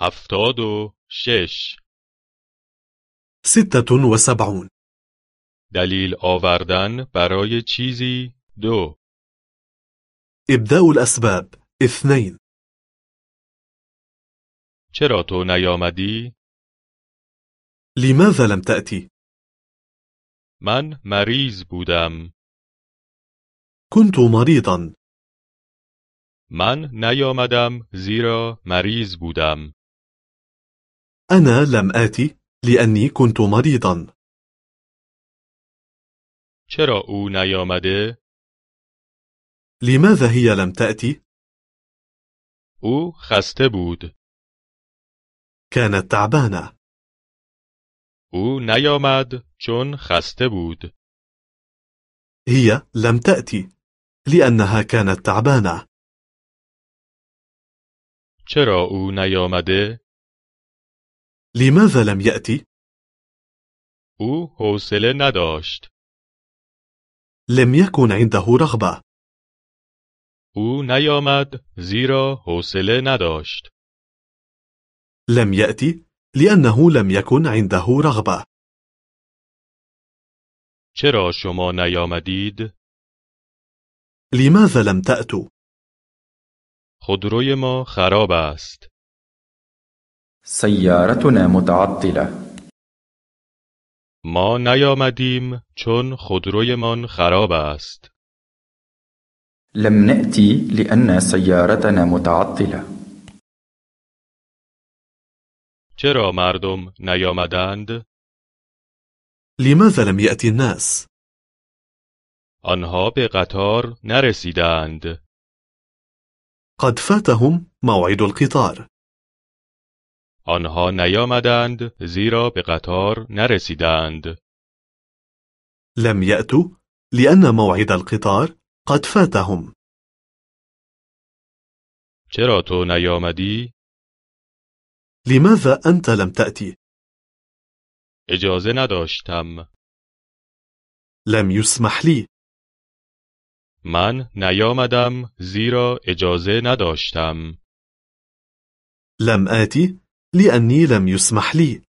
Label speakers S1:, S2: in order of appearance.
S1: هفتاد و شش
S2: ستة وسبعون
S1: دلیل آوردن برای چیزی دو
S2: إبداء الأسباب اثنين
S1: چرا تو نیامدی؟
S2: لماذا لم تأتي؟
S1: من مریض بودم
S2: كنت مريضا
S1: من نیامدم زیرا مریض بودم
S2: أنا لم آتي لأني كنت مريضا
S1: چرا او نیامده؟
S2: لماذا هي لم تأتي؟
S1: او خسته بود
S2: كانت تعبانة
S1: او نیامد چون خسته بود
S2: هي لم تأتي لأنها كانت تعبانة
S1: چرا او نیامده؟
S2: لماذا لم يأتي؟
S1: او حوصله نداشت
S2: لم يكن عنده رغبة
S1: او نیامد زیرا حوصله نداشت
S2: لم يأتي لأنه لم يكن عنده رغبة
S1: چرا شما نیامدید؟
S2: لماذا لم تأتوا؟
S1: خودروی ما خراب است
S3: سيارتنا متعطلة.
S1: ما نیامدیم چون خودرویمان خراب است
S3: لم نأتي لأن سيارتنا متعطلة.
S1: چرا مردم نیامدند؟
S2: لماذا لم يأتي الناس؟
S1: آنها به قطار نرسیدند
S2: قد فاتهم موعد القطار
S1: آنها نیامدند زیرا به قطار نرسیدند
S2: لم يأتوا لأن موعد القطار قد فاتهم
S1: چرا تو نیامدی؟
S2: لماذا أنت لم تأتي؟
S1: اجازه نداشتم
S2: لم يسمح لي
S1: من نیامدم زیرا اجازه نداشتم
S2: لم آتي لأني لم يسمح لي